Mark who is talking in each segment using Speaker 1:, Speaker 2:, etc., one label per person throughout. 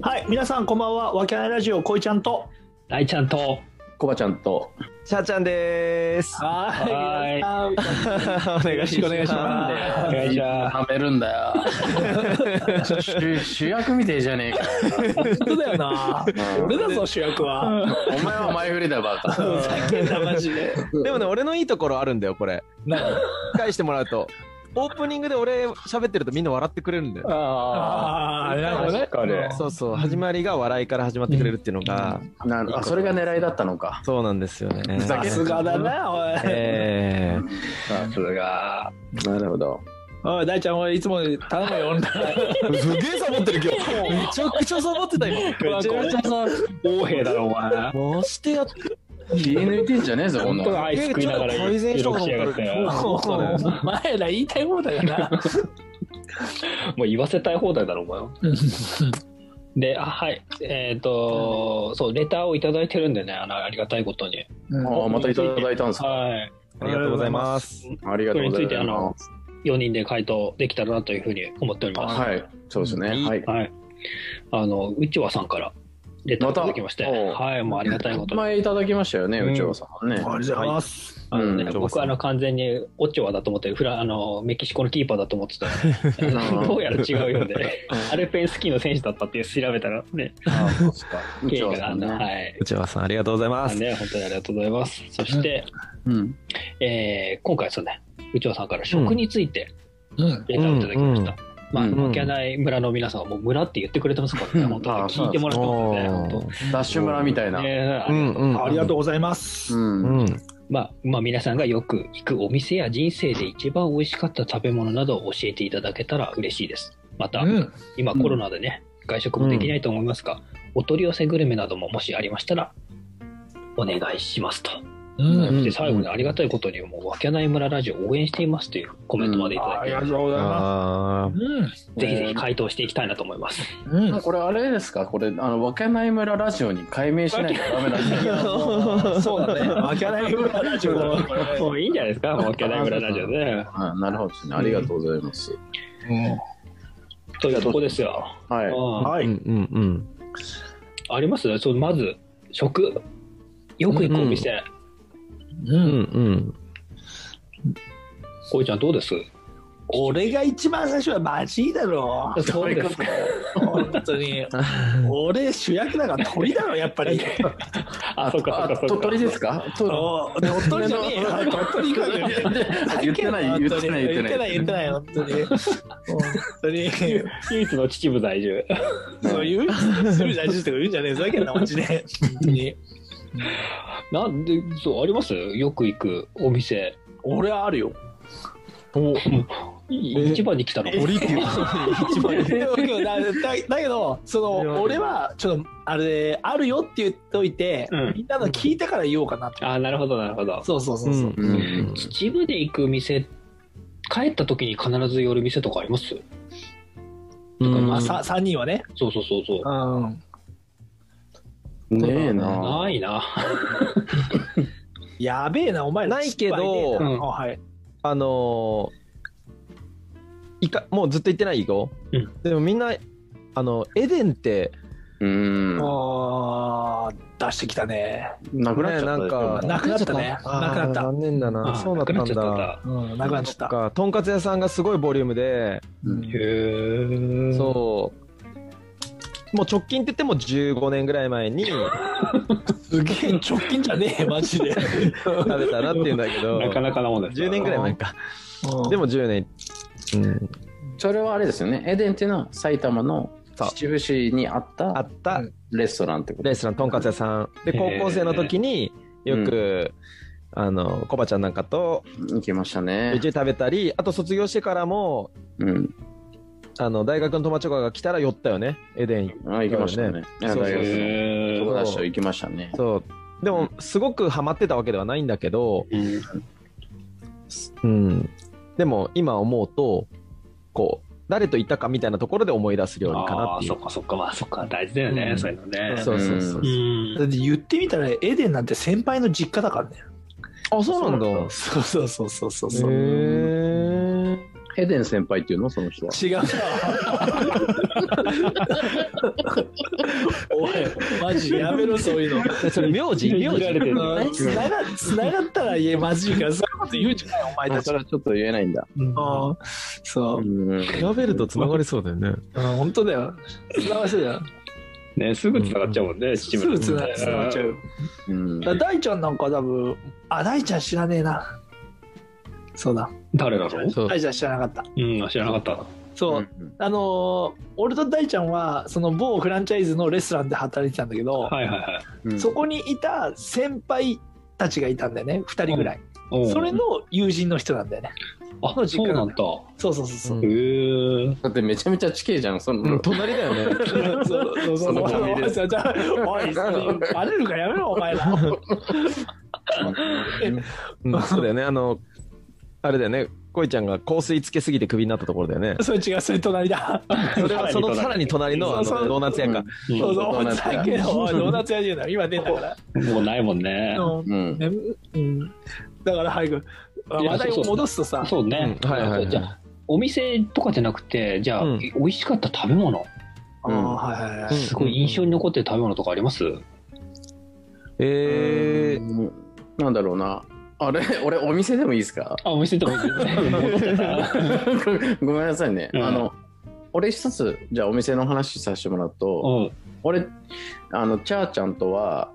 Speaker 1: はい、皆さんこんばんは。わけないラジオこいちゃんと。
Speaker 2: 大ちゃんと
Speaker 3: コバちゃんと
Speaker 4: シャーちゃんです。
Speaker 2: はい
Speaker 1: はい皆さん。
Speaker 4: お願いし
Speaker 1: よ
Speaker 4: ます。
Speaker 1: ろしくお願いしま
Speaker 2: お願いします
Speaker 3: はめるんだよ主主役みてえじゃねえか
Speaker 1: 本当だよな。俺だぞ主役は。
Speaker 3: お前は前振りだよバカ
Speaker 1: ふざけんなマジで。
Speaker 4: でもね、俺のいいところあるんだよ、これ。返してもらうと。オープニングで俺喋ってるとみんな笑ってくれるんだよ。
Speaker 2: あ
Speaker 1: ああ、なるほどね。
Speaker 2: かに
Speaker 4: そうそう、始まりが笑いから始まってくれるっていうのが、
Speaker 3: なるあそれが狙いだったのか
Speaker 4: そうなんですよね。
Speaker 3: ふざ
Speaker 1: さ
Speaker 3: け
Speaker 1: すがだな、おい。
Speaker 4: えー
Speaker 3: さすがなるほど
Speaker 1: おい、大ちゃん、おい、いつも頼むよ、オンライン。
Speaker 4: すげえサボってる今日。めちゃくちゃサボってた今。
Speaker 1: めちゃめちゃさ、横兵だろ、お前。
Speaker 4: 回してやって。
Speaker 3: 気抜いてんじゃねえぞこん
Speaker 2: 本
Speaker 3: な
Speaker 2: 当
Speaker 3: の
Speaker 2: のアイス食いながら
Speaker 4: 改善した
Speaker 2: 録
Speaker 4: かと
Speaker 2: し
Speaker 4: 思
Speaker 2: や
Speaker 4: った
Speaker 2: が
Speaker 4: ら
Speaker 2: ってな
Speaker 4: そうそうそう
Speaker 1: お 前ら言いたい放題だな。
Speaker 2: もう言わせたい放題だろ お前はであはいえっ、とそうレターをいただいてるんでねあのありがたいことに
Speaker 3: ああまたいただいたんですか
Speaker 2: はい
Speaker 4: ありがとうございます。
Speaker 3: ありがとうござ
Speaker 2: これ
Speaker 3: い
Speaker 2: についてあの
Speaker 3: ます
Speaker 2: 4人で回答できたらなというふうに思っており
Speaker 3: あ
Speaker 2: ます
Speaker 3: はいそうですね
Speaker 4: いい
Speaker 3: はい
Speaker 2: はいあのうちわさんからレターいただきまして
Speaker 3: またおう
Speaker 2: はいもうありがたいことに
Speaker 3: 前いただきましたよね内尾さんはね
Speaker 1: ありがとうございます。
Speaker 2: あのね
Speaker 3: うん
Speaker 2: 僕はあの完全にオチョアだと思ってフラあのメキシコのキーパーだと思ってたら
Speaker 3: うん
Speaker 2: どうやら違うようでアルペンスキーの選手だったって調べたらね
Speaker 3: あそうっすか
Speaker 2: 経
Speaker 3: 内
Speaker 2: 緯
Speaker 3: 尾
Speaker 2: が
Speaker 3: さ
Speaker 2: あ
Speaker 3: ん
Speaker 2: のは
Speaker 3: ね
Speaker 2: い
Speaker 4: 内川さんありがとうございま
Speaker 2: あ
Speaker 4: す。
Speaker 2: ね本当にありがとうございますそして、
Speaker 3: うん
Speaker 2: えー今回そうね内尾さんから食について
Speaker 1: うん。
Speaker 2: データをいただきました、
Speaker 3: うん
Speaker 2: まあ、負けない村の皆さんはもう村って言ってくれてますからね、
Speaker 3: うん
Speaker 2: 本当
Speaker 3: あ
Speaker 2: に
Speaker 3: あ
Speaker 2: 聞いてもらってますね、本
Speaker 3: ダッシュ村みたい
Speaker 2: 当
Speaker 3: な
Speaker 2: ねえ
Speaker 4: うんうん。
Speaker 1: ありがとう
Speaker 4: う。
Speaker 1: ございます。
Speaker 3: うん
Speaker 4: うん。
Speaker 2: まあ、まあ皆さんがよく行くお店や人生で一番美味しかった食べ物などを教えていただけたら嬉しいですまた、
Speaker 1: うん。
Speaker 2: 今コロナでね、外食もできないと思いますが、お取り寄せグルメなどももしありましたらお願いしますと、
Speaker 1: うん。
Speaker 2: で最後にありがたいことにもうわけない村ラジオ応援していますというコメントまでいただい
Speaker 1: あ
Speaker 2: て、
Speaker 1: りがとうございま
Speaker 4: あ
Speaker 1: す。
Speaker 2: ぜひぜひ回答していきたいなと思います。
Speaker 1: うん。うん
Speaker 3: これあれですかこれあのわけない村ラジオに改名しないとダメなん ですよ
Speaker 1: そうだね。負けないぐらいラジオだなこれ
Speaker 2: もういいんじゃないです か、わけない村ラジオね。
Speaker 3: うんなるほどですねありがとうございます
Speaker 2: というとこですよ。
Speaker 3: はい
Speaker 2: うん
Speaker 1: は
Speaker 4: あ。う
Speaker 1: い。
Speaker 4: んうんうん。
Speaker 2: ありますそうまず、食。よく行くお店。
Speaker 1: う
Speaker 4: うん
Speaker 1: ん。
Speaker 4: うん。
Speaker 2: こいちゃん、どうです
Speaker 1: 俺が一番最初はマジだろ
Speaker 2: そうですか。
Speaker 1: 本当に俺主役だから鳥だろやっぱり
Speaker 2: あ、そうか、そうか、そう
Speaker 3: 鳥
Speaker 2: か。
Speaker 3: 取ですかと
Speaker 1: お鳥取じゃねえよ鳥取か
Speaker 3: 言ってない言ってない
Speaker 1: 言ってない言って
Speaker 3: い
Speaker 1: ない本当に本当に
Speaker 2: 唯一の秩父在住。
Speaker 1: そういうそういう大事とか言うんじゃねえふざけんなマジで本当に
Speaker 2: なんで、そう、ありますよく行くお店。
Speaker 1: 俺はあるよ
Speaker 4: お
Speaker 2: い一番に来たの。
Speaker 4: りっていう。
Speaker 1: 一番でもだだだけどその俺はちょっとあれあるよって言っといて、
Speaker 2: うん
Speaker 1: みんなの聞いたから言おうかなって、
Speaker 2: あ、なるほど、なるほど。
Speaker 1: そうそうそううそう、
Speaker 4: んう
Speaker 3: うん
Speaker 4: ん。
Speaker 2: 秩父で行く店、帰った時に必ず寄る店とかあります
Speaker 4: うん
Speaker 1: まあ、さ3人はね
Speaker 2: そうそうそうそう。
Speaker 1: うん
Speaker 3: ねえな
Speaker 2: ないな。
Speaker 1: やべえな、お前ら
Speaker 4: ないけど
Speaker 1: 失敗ね
Speaker 2: うん
Speaker 1: あはい。
Speaker 4: あのーいかもうずっと言ってないよ、
Speaker 2: うん
Speaker 4: でもみんなあのエデンって
Speaker 3: うん
Speaker 1: あー出してきたね。
Speaker 3: なくなっちゃった
Speaker 4: ねな
Speaker 1: な
Speaker 4: んか
Speaker 1: くなったね。なく
Speaker 4: あー
Speaker 1: なった。
Speaker 4: 残念だな
Speaker 2: あ
Speaker 4: そうなったん
Speaker 2: なくなっちゃったんだ
Speaker 4: だ
Speaker 1: うん、なくなっちゃった。
Speaker 4: かとんかつ屋さんがすごいボリュームで、
Speaker 1: うん
Speaker 2: へう。
Speaker 4: そうもう直近って言っても15年ぐらい前 に食
Speaker 1: すげえ直近じゃ ねえ、マジで。
Speaker 4: べたなっていうんだけど
Speaker 2: なかなかなもんです。
Speaker 4: 10年ぐらい前かで
Speaker 1: でも、
Speaker 4: も10年、うん、
Speaker 3: それはあれですよねエデンっていうのは埼玉の
Speaker 4: そう
Speaker 3: 秩父市にあっ
Speaker 4: あ
Speaker 3: た
Speaker 4: った
Speaker 3: レストランってこと
Speaker 4: レストランとんかつ屋さんで
Speaker 2: へ
Speaker 4: 高
Speaker 2: ー
Speaker 4: 校生の時によく、あのコバちゃんなんかと
Speaker 3: 行きました
Speaker 4: 一緒
Speaker 3: ね
Speaker 4: に食べたりあと卒業してからも
Speaker 3: うん
Speaker 4: あの大学の友達とかが来たら寄ったよねエデン
Speaker 3: あ行きましたねいや
Speaker 4: そう
Speaker 3: 大学の
Speaker 2: へー
Speaker 3: 友達と行きましたね
Speaker 4: そうでもすごくハマってたわけではないんだけど、
Speaker 2: うん
Speaker 4: うん、でも今思うとこう誰と行ったかみたいなところで思い出す料理かな
Speaker 2: あ
Speaker 4: っ
Speaker 2: あ
Speaker 4: てい
Speaker 2: そうっかそっかまあそっか大事だよね、
Speaker 4: うん
Speaker 2: そういうのね
Speaker 4: そうそうそう
Speaker 3: う
Speaker 2: うん
Speaker 1: だって言ってみたら、エデンなんて先輩の実 家だからね。
Speaker 4: あそうなんだへ
Speaker 1: そうそうそうそうそう。
Speaker 4: え
Speaker 3: エデン先輩っていうのその人は。
Speaker 1: 違う。 おい、マジやめろ、そういうの。
Speaker 4: それ名字名
Speaker 2: いじられて
Speaker 4: 字
Speaker 2: る
Speaker 1: つながつながったら、いえ、マジか、そういうこと言うんじゃない、お前
Speaker 3: あ
Speaker 1: た
Speaker 3: そ
Speaker 1: ち。
Speaker 3: れはちょっと言えないんだ。
Speaker 4: うん
Speaker 1: うんそうう、
Speaker 3: ん。
Speaker 4: 調べると繋がりそうだよね。
Speaker 1: うん、本当だよ。つながせだよ。
Speaker 2: ね、すぐ繋がっちゃうもんね、
Speaker 1: す
Speaker 2: 秩
Speaker 1: ぐ
Speaker 2: 父
Speaker 1: つなつながっちゃう。
Speaker 3: うん
Speaker 1: だから大ちゃんなんか多分、あ、大ちゃん知らねえな。そうだ。
Speaker 2: 誰なの
Speaker 4: そう
Speaker 1: 大ちゃん知らなかった。
Speaker 2: うん、知らなかっ
Speaker 1: そう、あのー俺と大ちゃんは、その某フランチャイズのレストランで働いてたんだけど、
Speaker 2: た。はいはいはい。
Speaker 3: うん
Speaker 1: そこにいた先輩たちがいたんだよね、2人ぐらい。
Speaker 2: おう
Speaker 1: それの友人の人なんだよね。
Speaker 2: あ、そうなんだ。
Speaker 1: そうそうそうそう。
Speaker 4: うん
Speaker 2: へえ。
Speaker 3: だってめちゃめちゃ地形じゃん、その。
Speaker 4: うん隣だよね。
Speaker 1: そうそうそう
Speaker 3: そのゴミで
Speaker 1: そうおい、それバレるからやめろ、お前ら。
Speaker 4: うんそうだよね。あの、あれだよね。恋ちゃんが香水つけすぎてクビになったところだ よね。
Speaker 1: それ違う、それ隣だ。
Speaker 4: それはそのさらに隣のあの
Speaker 1: そうそう
Speaker 4: ドーナツ屋か。
Speaker 2: うん
Speaker 1: そうそう、
Speaker 3: ド
Speaker 1: お
Speaker 3: ーナ
Speaker 1: 前
Speaker 3: ツ屋
Speaker 1: だけど、おいドーナツ屋じゃない。今出たから。
Speaker 2: もうないもんね。
Speaker 1: うん
Speaker 3: うん。
Speaker 1: ねうんだから早く、
Speaker 2: いや
Speaker 1: 話題を戻すとさ、
Speaker 2: そうね。
Speaker 4: うんはいはいはい
Speaker 2: じゃあお店とかじゃなくて、じゃあ、
Speaker 4: うん
Speaker 2: 美味しかった食べ物、
Speaker 1: あーはいはいはい。
Speaker 2: すごい印象に残ってる食べ物とかあります、
Speaker 4: えー、
Speaker 3: うんなんだろうな。あれ、 俺、お店でもいいですか
Speaker 2: あ、お店とか行くね。
Speaker 3: ごめんなさいね。
Speaker 2: うん
Speaker 3: あの、俺一つ、じゃあお店の話させてもらう
Speaker 2: う
Speaker 3: と、
Speaker 2: ん。
Speaker 3: 俺、あの、チャーちゃんとは、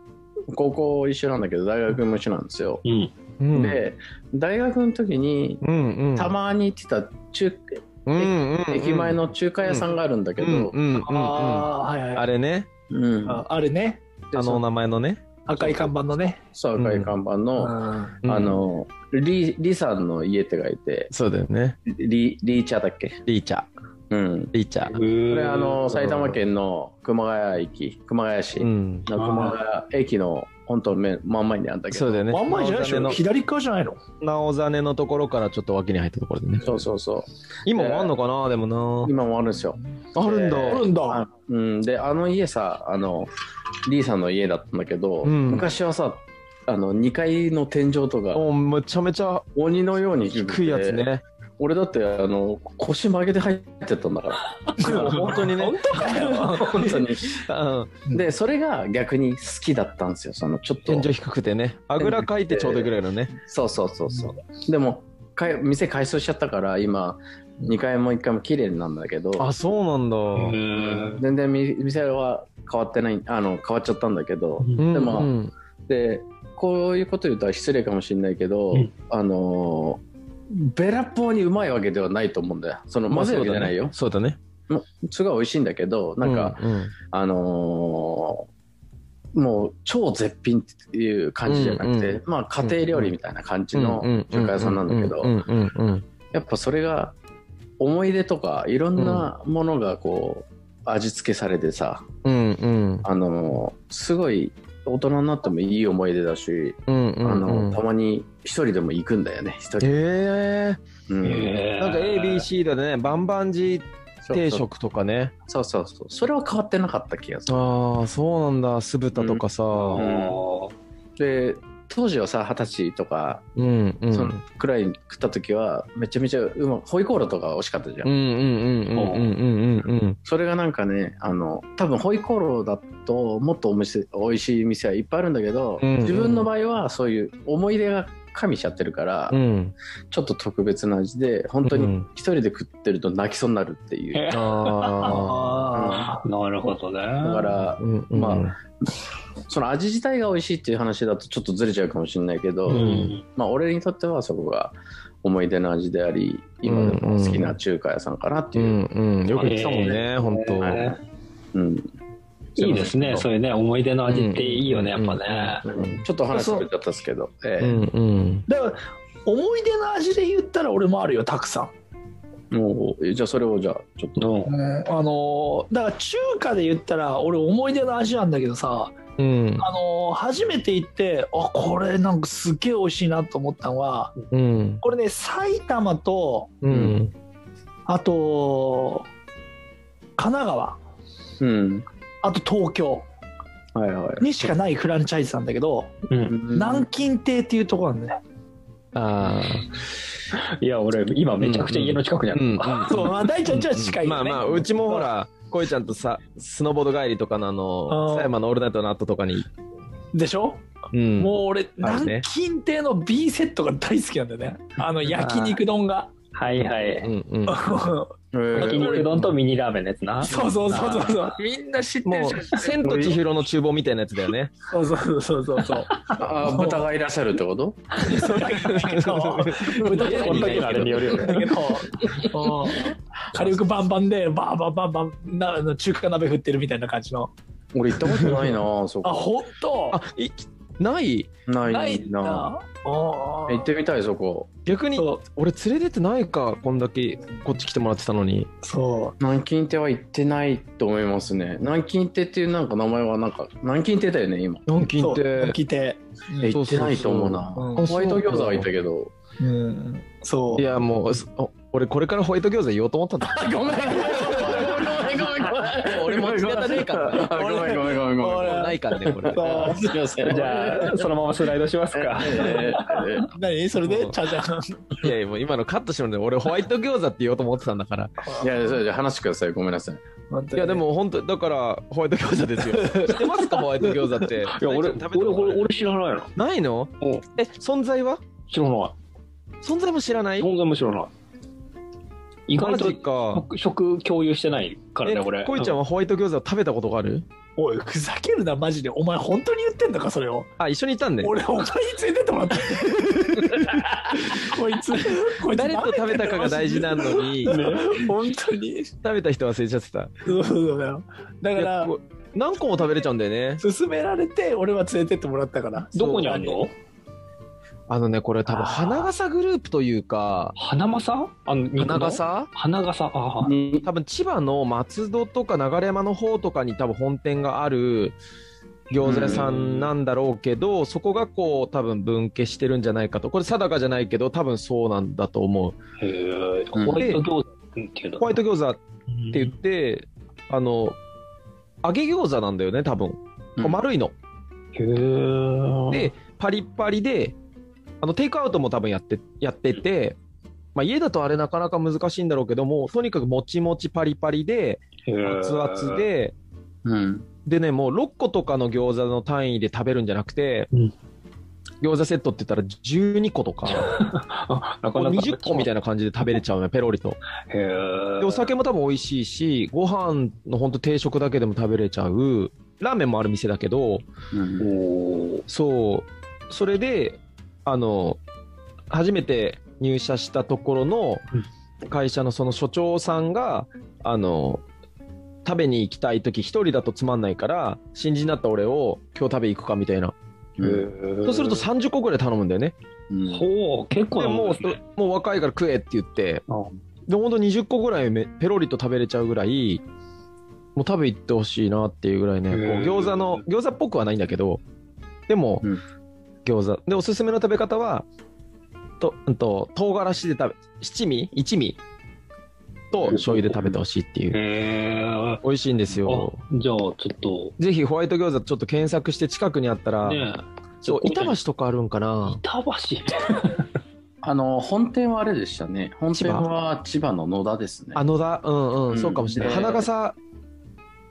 Speaker 3: 高校一緒なんだけど、大学も一緒なんですよ。
Speaker 2: うん。
Speaker 4: うん、
Speaker 3: で、大学の時に、
Speaker 4: うんうん、
Speaker 3: たまに行ってた中、駅前の中華屋さんがあるんだけ
Speaker 4: け
Speaker 3: ど、
Speaker 4: ど、うんうんうんうん
Speaker 1: ああー、はいはい。
Speaker 4: あれね、
Speaker 3: うん
Speaker 1: ああれね、
Speaker 3: で
Speaker 4: あのお名前のね、
Speaker 1: 赤い看板のね。
Speaker 3: そう赤い看板の、
Speaker 1: うん
Speaker 4: うん
Speaker 3: あのリリさんの家って書いて
Speaker 4: そうだよね、
Speaker 3: リリーチャーだっけ
Speaker 4: リーチャー、
Speaker 3: うん
Speaker 4: リーチャー。
Speaker 3: これ
Speaker 2: れ
Speaker 3: あの埼玉県の熊谷駅熊谷市
Speaker 4: う
Speaker 3: の
Speaker 4: ん、
Speaker 3: 熊谷駅の本当め真ん前にあるんだけ
Speaker 4: そう
Speaker 3: ど
Speaker 4: だよね。
Speaker 1: 真ん前じゃないでしょ
Speaker 4: なおざね
Speaker 1: 左側じゃないの
Speaker 4: のなおざねのところからちょっと脇に入ったところでね。
Speaker 3: そうそうそう
Speaker 4: 今もあんのかな、でもな。
Speaker 3: 今もあるんですよ
Speaker 4: あるんだ。
Speaker 3: え
Speaker 1: あ
Speaker 3: ー
Speaker 1: るんだ。
Speaker 3: あうんであの家さあのリーさんの家だったんだけど、
Speaker 4: うん
Speaker 3: 昔はさあの2階の天井とか
Speaker 4: もうめちゃめちゃ
Speaker 3: 鬼のように
Speaker 4: 低いやつね。
Speaker 3: 俺だってあの腰曲げて入ってったんだから 本当にね
Speaker 1: 本当かよ。
Speaker 3: 本当に
Speaker 4: うん
Speaker 3: でそれが逆に好きだったんですよそのちょっと
Speaker 4: 天井低くてね。あぐらかいてちょうどいいぐらいのね。
Speaker 3: そうそうそうそうでもかい店改装しちゃったから今2階も1階も綺麗なんだけど
Speaker 4: あ、そうなんだ。
Speaker 2: うん。
Speaker 3: 全然み店は変わってないあの変わっちゃったんだけど
Speaker 4: うん
Speaker 3: でも
Speaker 4: うん
Speaker 3: でこういうこと言うと失礼かもしれないけど、
Speaker 2: うん
Speaker 3: あのべらぼうにうまいわけではないと思うんだよそのまずいわけじゃないよ、
Speaker 4: そうだね。
Speaker 3: すごい美味しいんだけどなんか、
Speaker 4: う、うん
Speaker 3: あのーもう超絶品っていう感じじゃなくて、
Speaker 4: うんう
Speaker 3: まあ家庭料理みたいな感じの
Speaker 4: うん
Speaker 3: 中華屋さんなんだけど、
Speaker 4: うんうんうんうん
Speaker 3: やっぱそれが思い出とかいろんなものがこう味付けされてさ、
Speaker 4: うんうん
Speaker 3: あのーすごい大人になってもいい思い出だし、
Speaker 4: うんうん
Speaker 3: あの
Speaker 4: うん
Speaker 3: たまに一人でも行くんだよね一人、
Speaker 4: え
Speaker 3: うん
Speaker 4: えなんか ABC だねバンバンジ定食とかね
Speaker 3: そうそうそうそうそれは変わってなかった気がする
Speaker 4: ああそうなんだ酢豚とかさ
Speaker 2: あ
Speaker 4: う
Speaker 2: ー
Speaker 3: で当時はさ二十歳とか
Speaker 4: んうん
Speaker 3: そのくらいに食った時はめちゃめちゃうまいホイコーローとか美味しかったじゃん、
Speaker 4: うんうんうんうんうんうんうん
Speaker 3: それがなんかねあの多分ホイコーローだともっとお店美味しい店はいっぱいあるんだけど、
Speaker 4: うんうん
Speaker 3: 自分の場合はそういう思い出が加味しちゃってるから、
Speaker 4: うん
Speaker 3: ちょっと特別な味で本当
Speaker 4: う
Speaker 3: に
Speaker 4: ん
Speaker 3: 一人で食ってると泣きそうになるっていう、
Speaker 2: え
Speaker 4: あ
Speaker 1: あ
Speaker 2: なるほどね。だ
Speaker 3: だか、ら
Speaker 4: あうんうん
Speaker 3: まあその味自体が美味しいっていう話だとちょっとずれちゃうかもしれないけど、
Speaker 2: うん。
Speaker 3: まあ俺にとってはそこが思い出の味であり今でも好きな中華屋さんかなって
Speaker 4: う
Speaker 3: いう、
Speaker 4: んうんよく来たもん
Speaker 2: え
Speaker 4: ね本当
Speaker 2: ね
Speaker 3: うん、
Speaker 2: いいですね、そういうね、思い出の味っていいよね、や
Speaker 4: う
Speaker 2: っ
Speaker 4: ん
Speaker 2: ぱね。
Speaker 4: うん
Speaker 3: ちょっと話それちゃったですけど、え
Speaker 4: うんうん
Speaker 1: だから、思い出の味で言ったら俺もあるよ、たくさん。
Speaker 3: えもうじゃあそれをじゃあちょっと
Speaker 2: うん
Speaker 1: うんあのーだから中華で言ったら俺思い出の味なんだけどさ、
Speaker 4: うん
Speaker 1: あのー初めて行ってあこれなんかすげえ美味しいなと思ったのは
Speaker 4: うん
Speaker 1: これね埼玉と
Speaker 4: うん
Speaker 1: あと神奈川
Speaker 3: うん
Speaker 1: あと東京
Speaker 3: はいはい
Speaker 1: にしかないフランチャイズなんだけど、
Speaker 2: うん。
Speaker 1: 南京亭っていうところなんだよね
Speaker 4: あ
Speaker 2: いや、俺、今めちゃくちゃ家の近くに
Speaker 4: あ
Speaker 2: あ
Speaker 4: う
Speaker 2: る。
Speaker 4: ん
Speaker 1: そう、まあ、大ちゃんちは近い
Speaker 4: ま
Speaker 1: よ
Speaker 4: あ
Speaker 1: ね。
Speaker 4: まあうちもほらこいちゃんとさスノーボード帰りとかのあ
Speaker 1: あー
Speaker 4: の狭山の「オールナイトの後とかに、
Speaker 1: でしょ
Speaker 4: うん、
Speaker 1: もう俺、
Speaker 4: あるね
Speaker 1: 南京亭の B セットが大好きなんだよね。あの、焼肉丼が。
Speaker 2: はいは
Speaker 4: う
Speaker 2: い。
Speaker 4: んうん
Speaker 2: 焼肉丼とミニラーメンのやつな。
Speaker 1: そうそうそうそうそう。
Speaker 3: みんな知って
Speaker 4: もう「千と千尋の厨房」みたいなやつだよね
Speaker 1: そうそうそうそうそう。
Speaker 3: あ豚がいらっしゃるってこと
Speaker 1: そうだけど、豚じゃないんだけど
Speaker 2: あれによるよね
Speaker 1: だけど、うん火力バンバンで、バーバンバンバンなあの、中華鍋振ってるみたいな感じの。
Speaker 3: 俺行ったことないなそ
Speaker 1: あ、
Speaker 3: こ
Speaker 1: ほんと
Speaker 4: あいない
Speaker 3: な
Speaker 1: ない
Speaker 3: い
Speaker 1: んだ。
Speaker 3: な
Speaker 1: あー
Speaker 3: 行ってみたいそこ
Speaker 4: 逆に
Speaker 1: そう
Speaker 4: 俺連れてってないかこんだけこっち来てもらってたのに
Speaker 1: そ
Speaker 3: 南京亭は行ってないと思いますね南京亭っていうなんか名前はなんか南京亭だよね今
Speaker 4: 南
Speaker 1: う。
Speaker 4: 京って
Speaker 1: 聞いて。
Speaker 3: え行ってないと思うな
Speaker 1: うん
Speaker 3: ホワイト餃子は行ったけど
Speaker 1: うん。そう。
Speaker 4: いやもうすお俺これからホワイト餃子言おうと思ったんだ
Speaker 3: ごめんごめんごめんごめん
Speaker 4: 俺持ちネタねえからね
Speaker 3: ごめんごめんごめんごめん
Speaker 1: 俺
Speaker 4: ないからねこれ
Speaker 1: そう
Speaker 3: すいません
Speaker 2: じゃあ、そのままスライドしますか。
Speaker 3: えー
Speaker 1: 何それで
Speaker 4: そう
Speaker 1: チャジャン。
Speaker 4: いやいやもう今のカットしてるんで俺ホワイト餃子って言おうと思ってたんだから
Speaker 3: いやそれじゃあ話してくださいごめんなさい
Speaker 1: 本当
Speaker 4: い
Speaker 1: に
Speaker 4: やでも本当だからホワイト餃子ですよ 知ってますかホワイト餃子っていや
Speaker 2: いや、俺、俺、俺、俺知らないの。
Speaker 4: ないの
Speaker 2: うん
Speaker 4: え存在は
Speaker 2: 知らな。
Speaker 4: 存在も知らないい
Speaker 2: 存在も知らない。意外
Speaker 4: マ
Speaker 2: と
Speaker 4: ジか
Speaker 2: 食食共有してないからね、俺。
Speaker 4: えこいちゃんはホワイト餃子を食べたことがある
Speaker 1: おい、ふざけるな、マジで。お前、本当に言ってんのか、それを。
Speaker 4: あ一緒にいたんで
Speaker 1: 俺、お前についてって もらって。こいつ、こいつ、
Speaker 4: 誰と食べたかが大事なのに
Speaker 1: ね
Speaker 4: 食
Speaker 1: 本当に。
Speaker 4: べた人忘れちゃってた
Speaker 1: そうそうだよ。だか
Speaker 4: いや
Speaker 1: ら、
Speaker 4: こ何個も食べれちゃうんだよね
Speaker 1: 勧められて、俺は連れてってもらったから。
Speaker 2: どこにあんの
Speaker 4: あのねこれ多分
Speaker 1: あー
Speaker 4: 花笠グループというか
Speaker 2: 花正あの、肉の
Speaker 4: 花笠
Speaker 2: 花笠。ああ。
Speaker 3: に
Speaker 4: 多分千葉の松戸とか流山の方とかに多分本店がある餃子屋さんなんだろうけどそこがこう多分分家してるんじゃないかとこれ定かじゃないけど多分そうなんだと思う
Speaker 2: へえ。ホワイト餃子っていうの。
Speaker 4: ホワイト餃子っ
Speaker 2: って
Speaker 4: 言ってあの揚げ餃子なんだよね多分こう
Speaker 3: うん
Speaker 4: 丸いの
Speaker 2: へー
Speaker 4: でパリッパリであのテイクアウトも多分やってやってて、まあ、家だとあれなかなか難しいんだろうけどもとにかくもちもちパリパリで
Speaker 2: へー
Speaker 4: 熱々で
Speaker 3: うん
Speaker 4: でねもう6個とかの餃子の単位で食べるんじゃなくて、
Speaker 2: うん
Speaker 4: 餃子セットって言ったら12個 とか
Speaker 2: あなか
Speaker 4: もう
Speaker 2: なか
Speaker 4: 20個みたいな感じで食べれちゃう ねペロリと
Speaker 2: へー
Speaker 4: でお酒も多分美味しいしご飯のほんと定食だけでも食べれちゃうラーメンもある店だけど
Speaker 3: うん
Speaker 2: おー
Speaker 4: そうそれであの初めて入社したところの会社のその所長さんがあの食べに行きたい時一人だとつまんないから新人だった俺を今日食べ行くかみたいなそうすると30個ぐらい頼むんだよね
Speaker 3: うん
Speaker 2: ほう結構
Speaker 4: で
Speaker 2: なも
Speaker 4: も
Speaker 2: ん
Speaker 4: う
Speaker 2: ですね
Speaker 4: もう若いから食えって言って
Speaker 2: あ
Speaker 4: でほんと20個ぐらいめペロリと食べれちゃうぐらいもう食べ行ってほしいなっていうぐらいね
Speaker 2: へ
Speaker 4: こう
Speaker 2: ー
Speaker 4: 餃子の餃子っぽくはないんだけどでも、
Speaker 3: うん
Speaker 4: 餃子でおすすめの食べ方はとうんと唐辛子で食べ七味一味と醤油で食べてほしいっていう
Speaker 2: へー
Speaker 4: 美味しいんです
Speaker 2: あ
Speaker 4: よ
Speaker 2: じゃあちょっと
Speaker 4: ぜひホワイト餃子ちょっと検索して近くにあったら、
Speaker 2: ね
Speaker 4: そう板橋とかあるんかな
Speaker 2: 板橋
Speaker 3: あの本店はあれでしたね本店は千葉の野田ですね
Speaker 4: あ野田うんうん、
Speaker 3: うん
Speaker 4: そうかもしれない
Speaker 3: で
Speaker 4: 花笠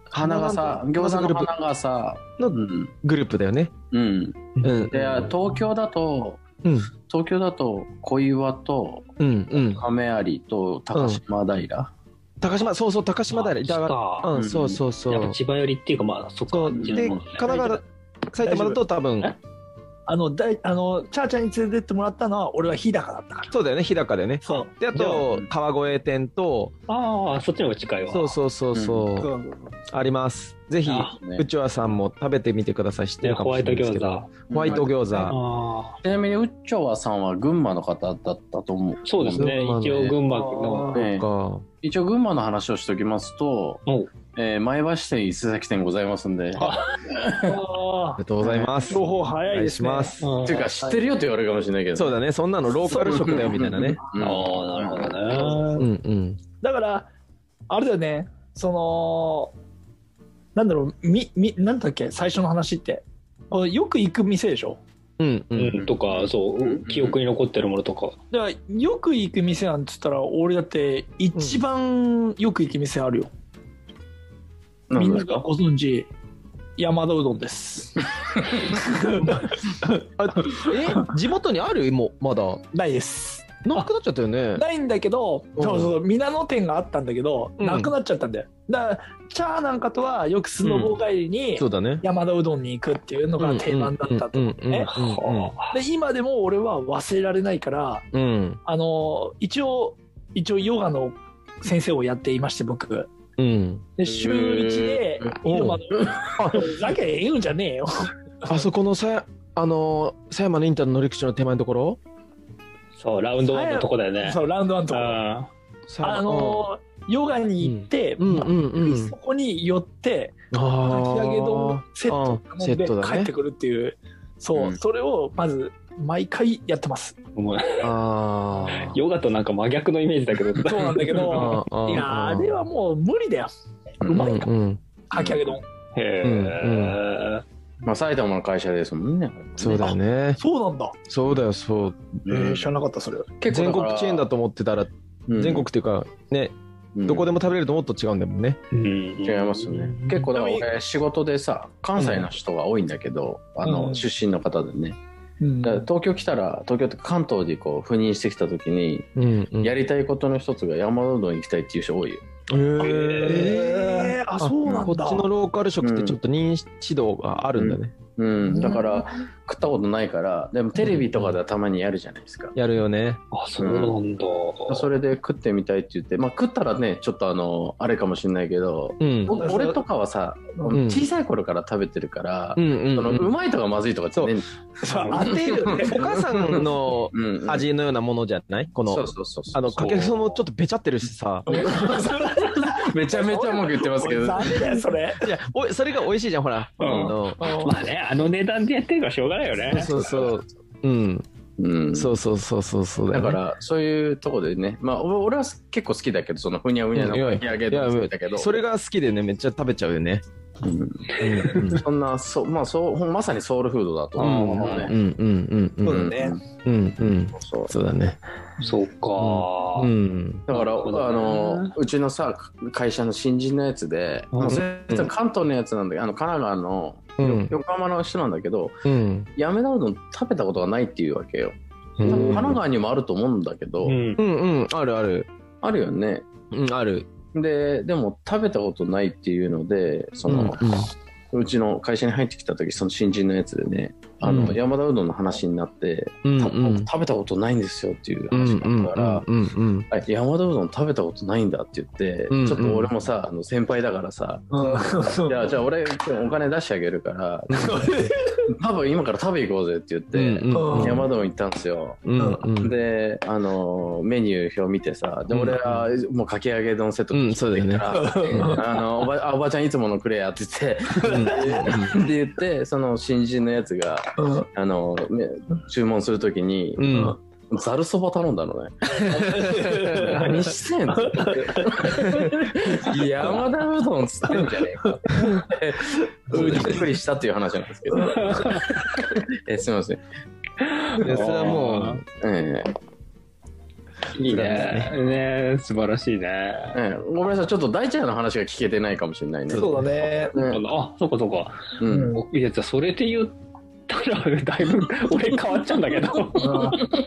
Speaker 3: 花笠餃子
Speaker 4: グル
Speaker 3: の
Speaker 4: ープ
Speaker 3: 花笠
Speaker 4: の
Speaker 3: うん
Speaker 4: グループだよね
Speaker 3: うん
Speaker 4: うん
Speaker 3: で東京だと
Speaker 4: うん
Speaker 3: 東京だと小岩と
Speaker 4: うんうん
Speaker 3: 亀有と高島平、
Speaker 4: 高島そうそう高島平
Speaker 2: そっ
Speaker 4: だ
Speaker 2: か
Speaker 4: う
Speaker 3: うん
Speaker 4: んそうそうそ
Speaker 2: やっぱ
Speaker 4: う
Speaker 2: 千葉寄りっていうかまあそ
Speaker 4: そ
Speaker 2: こ
Speaker 4: う
Speaker 2: か
Speaker 4: で
Speaker 3: う
Speaker 4: 神奈川埼玉だと多分
Speaker 2: え
Speaker 1: あの、だいあの、チャーちゃんに連れてってもらったのは、俺は日高だったから。
Speaker 4: そうだよね日高でね
Speaker 1: そう。
Speaker 4: であ
Speaker 1: じゃあ
Speaker 4: と川越店と
Speaker 2: ああそっちの方が近いわ
Speaker 4: そうそうそう
Speaker 1: そう
Speaker 4: そう
Speaker 1: そうそう
Speaker 4: ありますぜひ
Speaker 2: あ
Speaker 3: ね
Speaker 4: うちわさんも食べてみてください知って
Speaker 2: ね
Speaker 4: るか
Speaker 2: ホ
Speaker 4: も
Speaker 2: ワ
Speaker 4: し
Speaker 2: イト
Speaker 4: れない
Speaker 2: 餃
Speaker 4: ですけ
Speaker 2: 子
Speaker 4: どホワイト餃子
Speaker 2: ああ
Speaker 3: ちなみにウッチョワさんは群馬の方だったと思う
Speaker 2: そうですね
Speaker 4: 群馬の
Speaker 2: 一応群馬の
Speaker 1: あー
Speaker 3: ええ
Speaker 4: か
Speaker 3: 一応群馬の話をしておきますと
Speaker 2: おう、
Speaker 3: えー前橋店伊勢崎店ございますんで
Speaker 2: あ
Speaker 4: ありがとうございます
Speaker 1: 情報早いですね。
Speaker 4: お願いします
Speaker 2: うん
Speaker 3: っていうか知ってるよって言われるかもしれないけど
Speaker 4: そうだねそんなのローカル食だよみたいなね
Speaker 3: うん
Speaker 2: ああなるほ
Speaker 1: う
Speaker 2: どね
Speaker 1: ん
Speaker 4: うんうん
Speaker 1: だからあれだよねそのなんだろうみみなんだっけ最初の話ってこうよく行く店でしょ
Speaker 4: うんう
Speaker 2: うんん、とかそう、
Speaker 3: うん
Speaker 2: 記憶に残ってるものとか
Speaker 1: だからよく行く店なんて言ったら俺だって一番よく行く店あるよ、みんながご存知山田うどんです
Speaker 4: あえ地元にある もうまだ
Speaker 1: ないです
Speaker 4: なくなっちゃったよね
Speaker 1: ないんだけど、
Speaker 4: うん
Speaker 1: そうそう皆野店があったんだけど、
Speaker 4: うん
Speaker 1: なくなっちゃったんだよだからチャーなんかとはよくスノボ帰りに
Speaker 4: そうだね
Speaker 1: 山田うどんに行くっていうのが定番だったと
Speaker 4: うん
Speaker 1: 思
Speaker 4: う
Speaker 1: うんんだよね
Speaker 4: うんうん
Speaker 1: で今でも俺は忘れられないから
Speaker 4: うん
Speaker 1: あの一応一応ヨガの先生をやっていまして僕
Speaker 4: うん
Speaker 1: で週1で
Speaker 4: うん
Speaker 1: 入間 のふざけ言うんじゃねえよ
Speaker 4: あそこのさあのー狭山のインターの乗り口の手前のところ
Speaker 2: そうラウンドワンのとこだよね
Speaker 1: そうラウンドワンとか
Speaker 2: あ
Speaker 4: 狭山
Speaker 1: あのヨガに行って、
Speaker 4: うんうんうんうん
Speaker 1: そこに寄ってか
Speaker 4: あ
Speaker 1: き揚げ丼
Speaker 4: ー
Speaker 1: セット
Speaker 4: あー
Speaker 1: 頼んで
Speaker 4: セットだね
Speaker 1: 帰ってくるっていうそう、
Speaker 3: うん
Speaker 1: それをまず毎回やってます
Speaker 2: ーもう
Speaker 4: あー
Speaker 2: ヨガとなんか真逆のイメージだけど
Speaker 1: そうなんだけど
Speaker 4: あー
Speaker 1: いやーあれはもう無理だよ
Speaker 3: うん
Speaker 1: うまいか
Speaker 4: うんうん
Speaker 1: かき揚げ丼
Speaker 2: へえ、
Speaker 3: まあ、埼玉の会社ですもんね。
Speaker 4: そうだよね
Speaker 1: そうなんだ、
Speaker 4: そうだよそう
Speaker 1: えー、知らなかったそれ
Speaker 3: 結構だ
Speaker 4: 全
Speaker 3: か
Speaker 4: 国
Speaker 3: ら
Speaker 4: チェーンだと思ってたら
Speaker 3: うん
Speaker 4: 全国っていうかね
Speaker 3: うん
Speaker 4: どこでも食べれるともっと違うんだもんね
Speaker 2: うん
Speaker 3: 違いますよね。結構だから俺仕事でさ関西の人が多いんだけど、あ
Speaker 1: うん
Speaker 3: の出身の方でね、
Speaker 1: うん
Speaker 3: だから東京来たら東京って関東にこう赴任してきた時に
Speaker 4: うんうん
Speaker 3: やりたいことの一つが山うどん行きたいっていう人多いよ。
Speaker 4: へー
Speaker 1: えー、あそうなんだ
Speaker 4: こっちのローカル食ってちょっと認知度があるんだね、
Speaker 3: うん、だから食ったことないからでもテレビとかではたまにやるじゃないですか。
Speaker 4: やるよね
Speaker 2: あそうなんだ、
Speaker 3: それで食ってみたいって言って、まあ、食ったらねちょっとあのあれかもしれないけど、
Speaker 4: うん
Speaker 3: 僕俺とかはさ、
Speaker 4: うん
Speaker 3: 小さい頃から食べてるから、
Speaker 4: う
Speaker 3: うん
Speaker 4: うん
Speaker 3: の
Speaker 4: う
Speaker 3: うんまいとかまずいとかってね、
Speaker 1: そう当てるよね
Speaker 4: お母さんの
Speaker 3: うんうん
Speaker 4: 味のようなものじゃないこ
Speaker 3: そ
Speaker 4: の
Speaker 3: うそうそうそう
Speaker 4: あのかけそもちょっとべちゃってるしさ
Speaker 3: めちゃめちゃ文句言ってますけ ど
Speaker 1: 残念だよそれ
Speaker 4: いやおいそれが美味しいじゃんほら、
Speaker 2: うん
Speaker 4: あの
Speaker 2: まあねあの値段でやってるからしょうがないよね
Speaker 4: そうそううん、
Speaker 3: うん
Speaker 4: そうそうそうそうそう
Speaker 3: だ
Speaker 4: よね
Speaker 3: からそういうとこでねまあお俺は結構好きだけどそのふにゃふにゃの
Speaker 4: うんいや
Speaker 3: かき揚げとか好きだけど
Speaker 4: それが好きでねめっちゃ食べちゃうよね
Speaker 3: うん
Speaker 4: うん
Speaker 3: そんなそうまあそうほんまさにソウルフードだと
Speaker 4: うん
Speaker 3: 思う
Speaker 4: う
Speaker 3: ね
Speaker 4: んうんうん
Speaker 1: そ
Speaker 4: うん
Speaker 1: うだね
Speaker 4: うんうん
Speaker 3: そう
Speaker 4: そうだね
Speaker 2: そうか、
Speaker 4: うん
Speaker 3: だから
Speaker 2: なるほどね
Speaker 3: あのうちのさ会社の新人のやつで
Speaker 4: うん
Speaker 3: もう全然関東のやつなんだけどあの神奈川の
Speaker 4: うん
Speaker 3: 横浜の人なんだけど
Speaker 4: うん
Speaker 3: やめなうどん食べたことがないっていうわけよ多
Speaker 4: う
Speaker 3: 分神
Speaker 4: ん
Speaker 3: 奈川にもあると思うんだけ
Speaker 2: う
Speaker 3: ど
Speaker 2: ん
Speaker 4: うんうんあるある
Speaker 3: あるよね
Speaker 4: うんある
Speaker 3: ででも食べたことないっていうのでその、
Speaker 4: うん
Speaker 3: うちの会社に入ってきた時その新人のやつでねあの、
Speaker 4: うん
Speaker 3: 山田うどんの話になって、
Speaker 4: うん
Speaker 3: た
Speaker 4: うん
Speaker 3: 食べたことないんですよっていう
Speaker 4: うんう
Speaker 3: 話
Speaker 4: ん
Speaker 3: になったから、
Speaker 4: うんうん
Speaker 3: あ山田うどん食べたことないんだって言って、
Speaker 4: うん
Speaker 3: ちょっと俺もさあの先輩だからさ、
Speaker 1: うん
Speaker 3: いやじゃあ俺今日お金出してあげる から多分今から食べ行こうぜって言って、
Speaker 1: うん
Speaker 3: 山田うどん行ったんですよ。
Speaker 4: うんうん
Speaker 3: であのメニュー表見てさで
Speaker 4: うん
Speaker 3: 俺はもうかき揚げ丼セット
Speaker 4: うんそうだよね
Speaker 3: から、あのおばあおばちゃんいつものくれやって言って って言ってその新人のやつが
Speaker 1: うん
Speaker 3: あの、ね、注文するときに
Speaker 4: うんうん
Speaker 3: ざるそば頼んだのね何してんの山田うどんっつってんじゃねえかってびっくりしたっていう話なんですけどえすみません、
Speaker 4: でそれはもう
Speaker 3: ええ
Speaker 2: いいねね素晴らしいね
Speaker 3: ええごめんなさいちょっと大ちゃんの話が聞けてないかもしれないね
Speaker 1: そうだね
Speaker 3: ね
Speaker 2: あそうかそうか
Speaker 3: うん
Speaker 2: いやじゃあそれで言ったらだいぶ俺変わっちゃうんだけど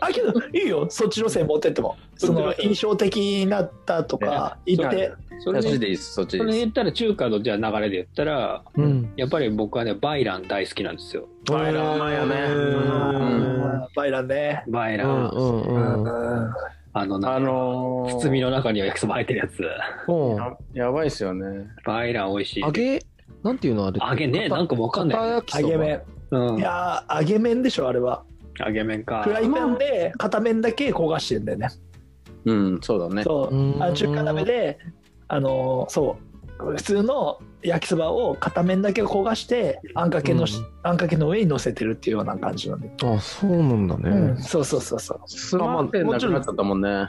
Speaker 1: あけどいいよそっち路線持ってってもその印象的になったとか言って
Speaker 2: そ
Speaker 3: そ
Speaker 2: れ
Speaker 3: っち
Speaker 2: で
Speaker 3: でいいですそっち
Speaker 2: そ
Speaker 3: でい
Speaker 2: れ
Speaker 3: い
Speaker 2: で
Speaker 3: です
Speaker 2: 言ったら中華のじゃあ流れで言ったら
Speaker 4: うん
Speaker 2: やっぱり僕はねバイラン大好きなんですよ
Speaker 3: バイランうまいよね
Speaker 1: うんバイランね
Speaker 2: バイ
Speaker 4: う
Speaker 2: ラ
Speaker 4: ん
Speaker 2: ン、
Speaker 4: うん
Speaker 1: う
Speaker 4: うん
Speaker 1: ん
Speaker 2: あのな
Speaker 3: あのー
Speaker 2: 包みの中には焼きそば入ってるやつ
Speaker 4: うん
Speaker 3: ややばいっすよね
Speaker 2: バイラン美味しい
Speaker 4: 揚げなんていうのあれ
Speaker 2: 揚げねなんかわかんない
Speaker 4: 片焼きそ
Speaker 1: 揚
Speaker 4: ば
Speaker 1: げ麺
Speaker 2: うん
Speaker 1: いやー揚げ麺でしょあれは
Speaker 2: 揚げ麺か
Speaker 1: フライパンで片面だけ焦がしてんだよね
Speaker 3: うんそうだね
Speaker 1: そう
Speaker 4: うん
Speaker 1: あ中華鍋であのーそう普通の焼きそばを片面だけ焦がしてあんかけのし、
Speaker 4: うん
Speaker 1: あんかけの上に乗せてるっていうような感じなんで、
Speaker 4: あそうなんだ
Speaker 1: うん
Speaker 4: ね
Speaker 1: そうそうそうそう
Speaker 3: スマートなくなっちゃったもんね。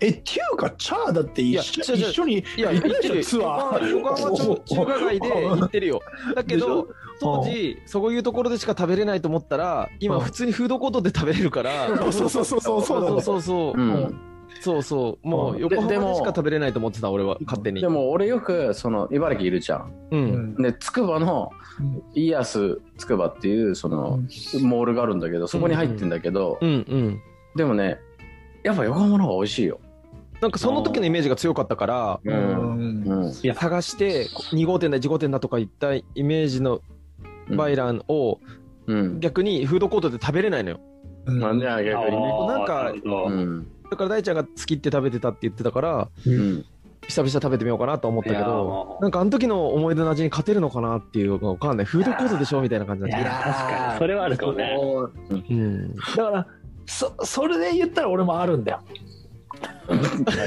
Speaker 1: えっていうかチャーだって一緒
Speaker 4: いや違う違う
Speaker 1: 一緒に
Speaker 4: いや、行
Speaker 1: 行
Speaker 4: っ
Speaker 1: ってる
Speaker 4: てるよ。
Speaker 1: よツアー
Speaker 4: 横浜横浜ちょ中華街で行ってるよ。だけど
Speaker 1: で、
Speaker 4: 当時、そういうところでしか食べれないと思ったら、今、
Speaker 1: うん
Speaker 4: 普通にフードコートで食べれるから。
Speaker 1: そうそうそうそうそうだ
Speaker 4: そ
Speaker 1: ね
Speaker 4: うそうそうう。
Speaker 3: ん、
Speaker 4: そうそう。もう、
Speaker 1: で
Speaker 4: 横浜で
Speaker 3: でも
Speaker 4: しか食べれないと思ってた、俺は、勝手に。
Speaker 3: でも俺よくその茨城いるじゃん
Speaker 4: う。
Speaker 1: うんん
Speaker 3: でつくばの
Speaker 1: うん
Speaker 3: イアスつくばっていうそのモールがあるんだけどそこに入ってんだけど、
Speaker 4: うんうん。
Speaker 3: でもねやっぱ横浜の方が美味しいよ、
Speaker 4: なんかその時のイメージが強かったから、
Speaker 1: う
Speaker 3: う
Speaker 1: ん
Speaker 3: んうん
Speaker 4: 探して、こ2号店だ、1号店だとか言ったイメージのバイランを、
Speaker 3: うん
Speaker 4: 逆にフードコートで食べれないのよ。
Speaker 1: うん
Speaker 3: まあね逆にね
Speaker 2: あー
Speaker 4: なんか
Speaker 2: るほど
Speaker 3: うん
Speaker 4: だから大ちゃんが好きって食べてたって言ってたから、
Speaker 3: うん
Speaker 4: 久々食べてみようかなと思ったけ
Speaker 2: いやー
Speaker 4: ど
Speaker 2: もう
Speaker 4: なんかあの時の思い出の味に勝てるのかなっていうのがわかんないフードコートでしょみたいな感じ
Speaker 2: い
Speaker 4: になっ
Speaker 2: や
Speaker 4: ちゃ
Speaker 2: ー確かにそれはあるかもね
Speaker 4: う うん
Speaker 1: だからそそれで言ったら俺もあるんだよ。違う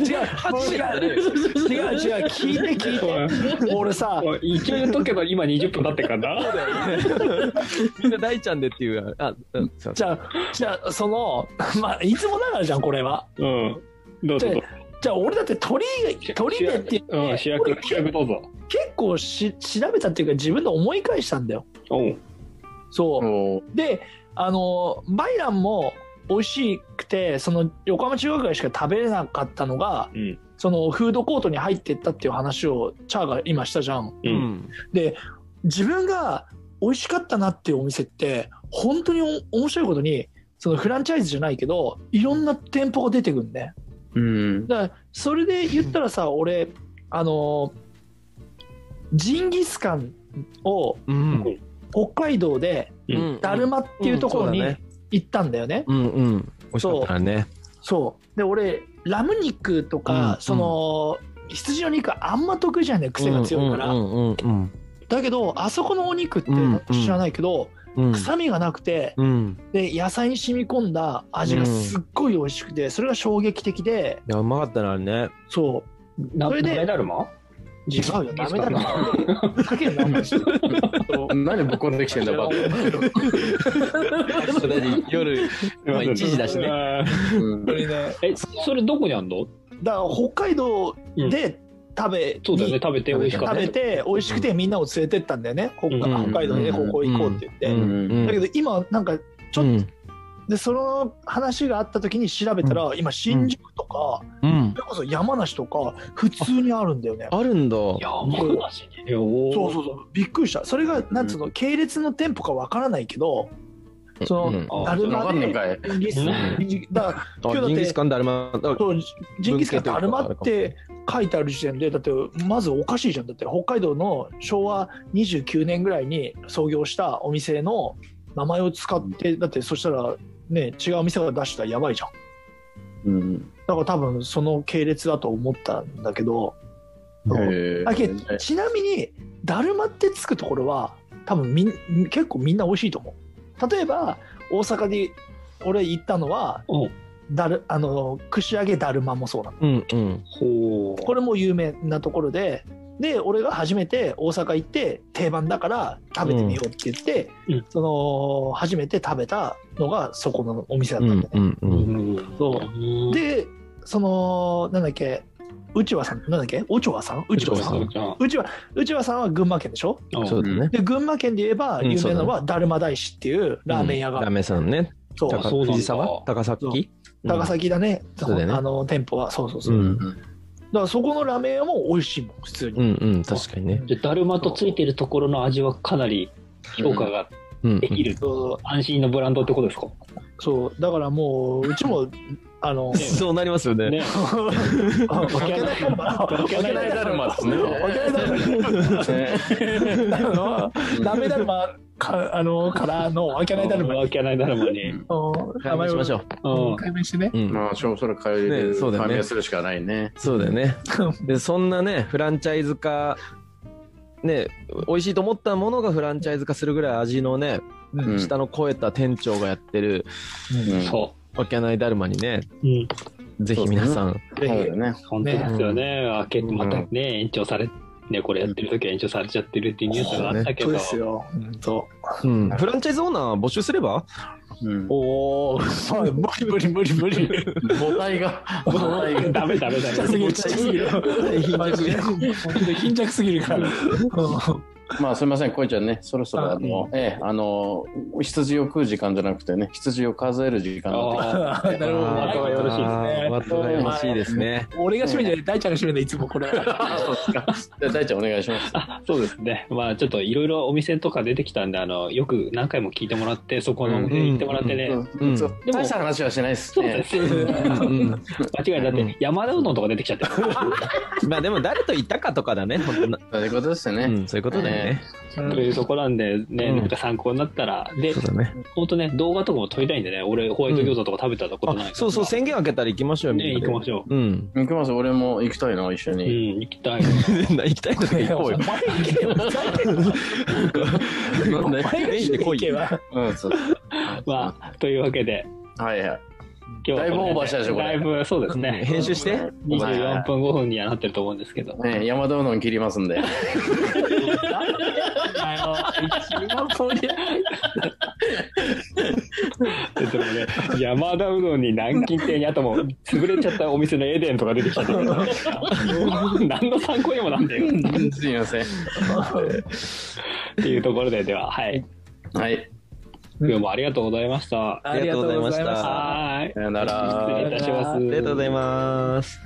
Speaker 1: 違う違う違う聞いて聞いて俺さ
Speaker 2: もう勢いで解けば今20分経ってっからな
Speaker 4: みんな大ちゃんでっていうあ、うん、すいま
Speaker 1: じゃあじゃあその まあいつもながらじゃんこれは
Speaker 2: うんどうぞどうぞ
Speaker 1: じゃあ俺だって鳥居鳥居でっていう
Speaker 2: うん主役主役どうぞ
Speaker 1: 結構し調べたっていうか自分で思い返したんだよ
Speaker 2: おう
Speaker 1: そう、
Speaker 3: お
Speaker 1: であのバイランも美味しくてその横浜中華街しか食べれなかったのが
Speaker 2: うん
Speaker 1: そのフードコートに入ってったっていう話をチャーが今したじゃん
Speaker 4: せん
Speaker 2: う
Speaker 4: うんん
Speaker 1: 自分が美味しかったなっていうお店って本当にお面白いことにそのフランチャイズじゃないけどいろんな店舗が出てくるんで
Speaker 3: うん
Speaker 1: だからそれで言ったらさ俺あのジンギスカンを
Speaker 4: うん
Speaker 1: 北海道で
Speaker 4: うん
Speaker 1: だるまっていうところに
Speaker 4: うんそうだ
Speaker 1: 行ったんだよね。
Speaker 4: うんうん美味しかったからね
Speaker 1: そうで俺ラム肉と
Speaker 4: うん
Speaker 1: か、
Speaker 4: うん
Speaker 1: その羊の肉あんま得意じゃない癖が強いから、
Speaker 4: うんうんうん
Speaker 1: だけどあそこのお肉って
Speaker 4: うんうん
Speaker 1: 知らないけど、
Speaker 4: うんうん
Speaker 1: 臭みがなくて
Speaker 4: うん
Speaker 1: で野菜に染み込んだ味がすっごい美味しくて、それが衝撃的で
Speaker 4: いやうまかったなあれね
Speaker 1: そう
Speaker 2: な
Speaker 1: それで
Speaker 2: ダメだるま
Speaker 1: 違うよダメだなかけるなお前そう
Speaker 3: 何ぶっこんできてんだバカ、
Speaker 4: 夜まあ1時だしね
Speaker 2: ね
Speaker 3: うん
Speaker 1: 本当にね
Speaker 2: えそれどこにあんの
Speaker 1: だから北海道で食べ、
Speaker 2: そうだよね食べて美味し
Speaker 1: 食
Speaker 2: かった
Speaker 1: べて美味しくてみんなを連れてったんだよね北海
Speaker 2: うん
Speaker 1: 北海道でここ行こうって言って、
Speaker 4: うん
Speaker 1: だけど今なんかちょっと、でその話があった時に調べたら、今新宿とか、
Speaker 4: うんうん
Speaker 1: それこそ山梨とか普通にあるんだよね
Speaker 4: あるんだ
Speaker 2: 山梨によ
Speaker 1: そうそうそうびっくりしたそれがなんつうの系列の店舗かわからないけどその
Speaker 2: あ
Speaker 1: だるま
Speaker 3: わかんねえ
Speaker 1: で
Speaker 3: かい
Speaker 1: ジンギスだから今日だって
Speaker 4: あジンギスカンだるまだ
Speaker 1: そうジンギスカンだるまって書いてある時点でだってまずおかしいじゃんだって北海道の昭和29年ぐらいに創業したお店の名前を使ってだってそしたらね違うお店が出したらやばいじゃん
Speaker 3: うん
Speaker 1: だから多分その系列だと思ったんだけど
Speaker 3: へ
Speaker 1: だけ
Speaker 3: ー
Speaker 1: どちなみにだるまってつくところは多分みん結構みんな美味しいと思う例えば大阪で俺行ったのは
Speaker 2: お
Speaker 1: だるあの串揚げだるまもそうなの
Speaker 4: うんうん
Speaker 2: ほう
Speaker 1: これも有名なところでで俺が初めて大阪行って定番だから食べてみようって言って、
Speaker 2: うんうん
Speaker 1: その初めて食べたのがそこのお店だ
Speaker 4: う
Speaker 1: ったん
Speaker 4: ん
Speaker 1: だよね、
Speaker 4: うんうん
Speaker 1: そう
Speaker 2: う
Speaker 1: でそのなんだっけうちわさんなんだっけおちょわさんうちわさ
Speaker 4: う
Speaker 1: ん
Speaker 2: じ
Speaker 4: ちわ
Speaker 2: ゃあ
Speaker 1: うちわうちわさんは群馬県でしょ
Speaker 4: そうだね
Speaker 1: で群馬県で言えば
Speaker 4: うん
Speaker 1: 有
Speaker 4: そう
Speaker 1: 名
Speaker 4: だ
Speaker 1: な
Speaker 4: ね
Speaker 1: のはだるま大師っていうラーメン屋が、
Speaker 4: ラーメン屋さんのね
Speaker 1: そう
Speaker 2: だ
Speaker 4: 高
Speaker 2: そうなんだ
Speaker 4: 藤沢高崎
Speaker 1: 高崎だね,、
Speaker 4: そうだよね
Speaker 1: あの店舗はそうそうそう、
Speaker 4: う
Speaker 1: だ
Speaker 4: ん
Speaker 1: からそこのラーメン屋も美味しいもん普通に、
Speaker 4: うんうん確かにね
Speaker 2: でだるまとついてるところの味はかなり評価が
Speaker 4: うんうん
Speaker 2: できる
Speaker 1: そうそう
Speaker 2: 安心のブランドってことですか
Speaker 1: そうだからもううち もあの
Speaker 4: そうなりますよね
Speaker 2: ね
Speaker 1: あわけないだるまわけないだるま
Speaker 3: ですね
Speaker 1: わけないだるまあのラメだるまかあのからのわけないだるま
Speaker 2: わけないだるまに
Speaker 3: うん
Speaker 1: の
Speaker 4: 解明しましょう
Speaker 2: うん
Speaker 1: 解明してね
Speaker 4: う ん
Speaker 3: まあしょうそれ変え
Speaker 4: ね
Speaker 3: る
Speaker 4: そうだよね
Speaker 3: 解明するしかないね
Speaker 4: そうだよねでそんなねフランチャイズ化ね美味しいと思ったものがフランチャイズ化するぐらい味のね
Speaker 1: うん
Speaker 4: 下の超えた店長がやってる
Speaker 3: うんそう
Speaker 2: そ
Speaker 4: わけないだるまにね
Speaker 2: ううん
Speaker 4: ぜひ皆さん
Speaker 1: ぜ
Speaker 3: だよね
Speaker 2: 本当ですよね開けてまたね延長されね、これやってる時は延長されちゃってるっていうニュースがあったけ
Speaker 1: そう
Speaker 2: ど、
Speaker 1: ですよ。本当。
Speaker 4: うん、フランチャイズオーナー募集すれば
Speaker 2: うん
Speaker 1: おお、そう無理無理無理無理。
Speaker 3: 母体が、母体が。
Speaker 2: ダメダメダ
Speaker 1: 貧弱 すぎ
Speaker 2: メ
Speaker 1: る。貧弱すぎるから。
Speaker 3: まあすみません、こいちゃんね、そろそろあの、ええ、あの、羊を食う時間じゃなくてね、羊を数える時間だっ
Speaker 2: あ
Speaker 1: なるほど。
Speaker 3: あー
Speaker 1: 仲がよろしいですね。
Speaker 4: わたがよろしいですね。
Speaker 1: 俺が趣味じゃない、大ちゃんが趣味でいつもこ れ。
Speaker 3: た。そうですか。じゃあ大ちゃんお願いします。
Speaker 2: あそうですねまあちょっといろいろお店とか出てきたんであのよく何回も聞いてもらってそこのお店行ってもらってね、
Speaker 3: うんそう
Speaker 2: でも
Speaker 3: 大した話はしないです
Speaker 2: そう
Speaker 3: ね
Speaker 2: で。すね
Speaker 4: うん
Speaker 2: 間違いなくだっ
Speaker 4: うん
Speaker 2: て山田うどんとか出てきちゃってる
Speaker 4: まあでも誰と行ったかとかだね、本当な
Speaker 3: そういうことです
Speaker 4: う
Speaker 3: ね。
Speaker 4: ん、そういうことだよね。
Speaker 2: というとこなんでね、
Speaker 4: うん
Speaker 2: なんか参考になったらで
Speaker 4: そうだね。
Speaker 2: 本当ね動画とかも撮りたいんでね俺ホワイト餃子とか食べたことないから、
Speaker 4: あ、そうそう、宣言開けたら行きましょうよ、
Speaker 2: ね行きま
Speaker 4: ょ
Speaker 2: しょ
Speaker 4: う。うん。
Speaker 3: 行きます、俺も行きたいな、一緒
Speaker 2: う、う
Speaker 3: に。
Speaker 2: ん、行きたい
Speaker 4: 行きたいので行こう
Speaker 3: な
Speaker 4: よ。
Speaker 3: んで
Speaker 1: は
Speaker 3: うん、そう。
Speaker 2: まあというわけで
Speaker 3: はいはい。
Speaker 2: 今日はこの辺
Speaker 3: だいぶオーバーしたでしょこれ
Speaker 2: だいぶそうです
Speaker 4: ね
Speaker 2: ね
Speaker 4: 編集して。
Speaker 2: 24分5分にはなってると思うんですけど
Speaker 3: ね、山田うどん切りますんで。
Speaker 2: ででもね、山田うどんに南京店にあともう潰れちゃったお店のエデンとか出てきちゃったけ ど何の参考にもなんだよ
Speaker 3: すいません。
Speaker 2: っていうところででははい
Speaker 3: はい。
Speaker 2: 今日もありがとうございました。
Speaker 1: ありがとうございました。
Speaker 2: はーい。
Speaker 3: さよなら
Speaker 2: 失礼いたします。
Speaker 4: ありがとうございます。